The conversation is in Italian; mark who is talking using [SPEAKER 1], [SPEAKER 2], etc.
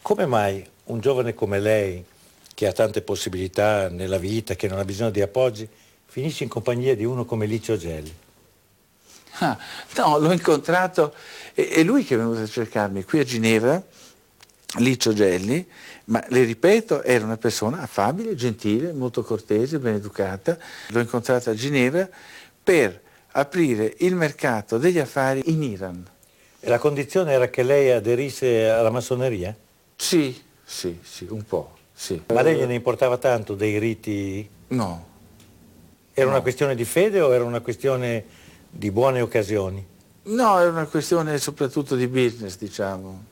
[SPEAKER 1] come mai un giovane come lei, che ha tante possibilità nella vita, che non ha bisogno di appoggi, finisce in compagnia di uno come Licio Gelli?
[SPEAKER 2] Ah, no, l'ho incontrato, è, è lui che è venuto a cercarmi qui a Ginevra, Licio Gelli, ma le ripeto, era una persona affabile, gentile, molto cortese, ben educata. L'ho incontrata a Ginevra per aprire il mercato degli affari in Iran.
[SPEAKER 1] E la condizione era che lei aderisse alla massoneria?
[SPEAKER 2] Sì, sì, sì, un po', sì.
[SPEAKER 1] Ma lei gliene importava tanto dei riti?
[SPEAKER 2] No,
[SPEAKER 1] Era una questione di fede o era una questione di buone occasioni?
[SPEAKER 2] no, è una questione soprattutto di business, diciamo.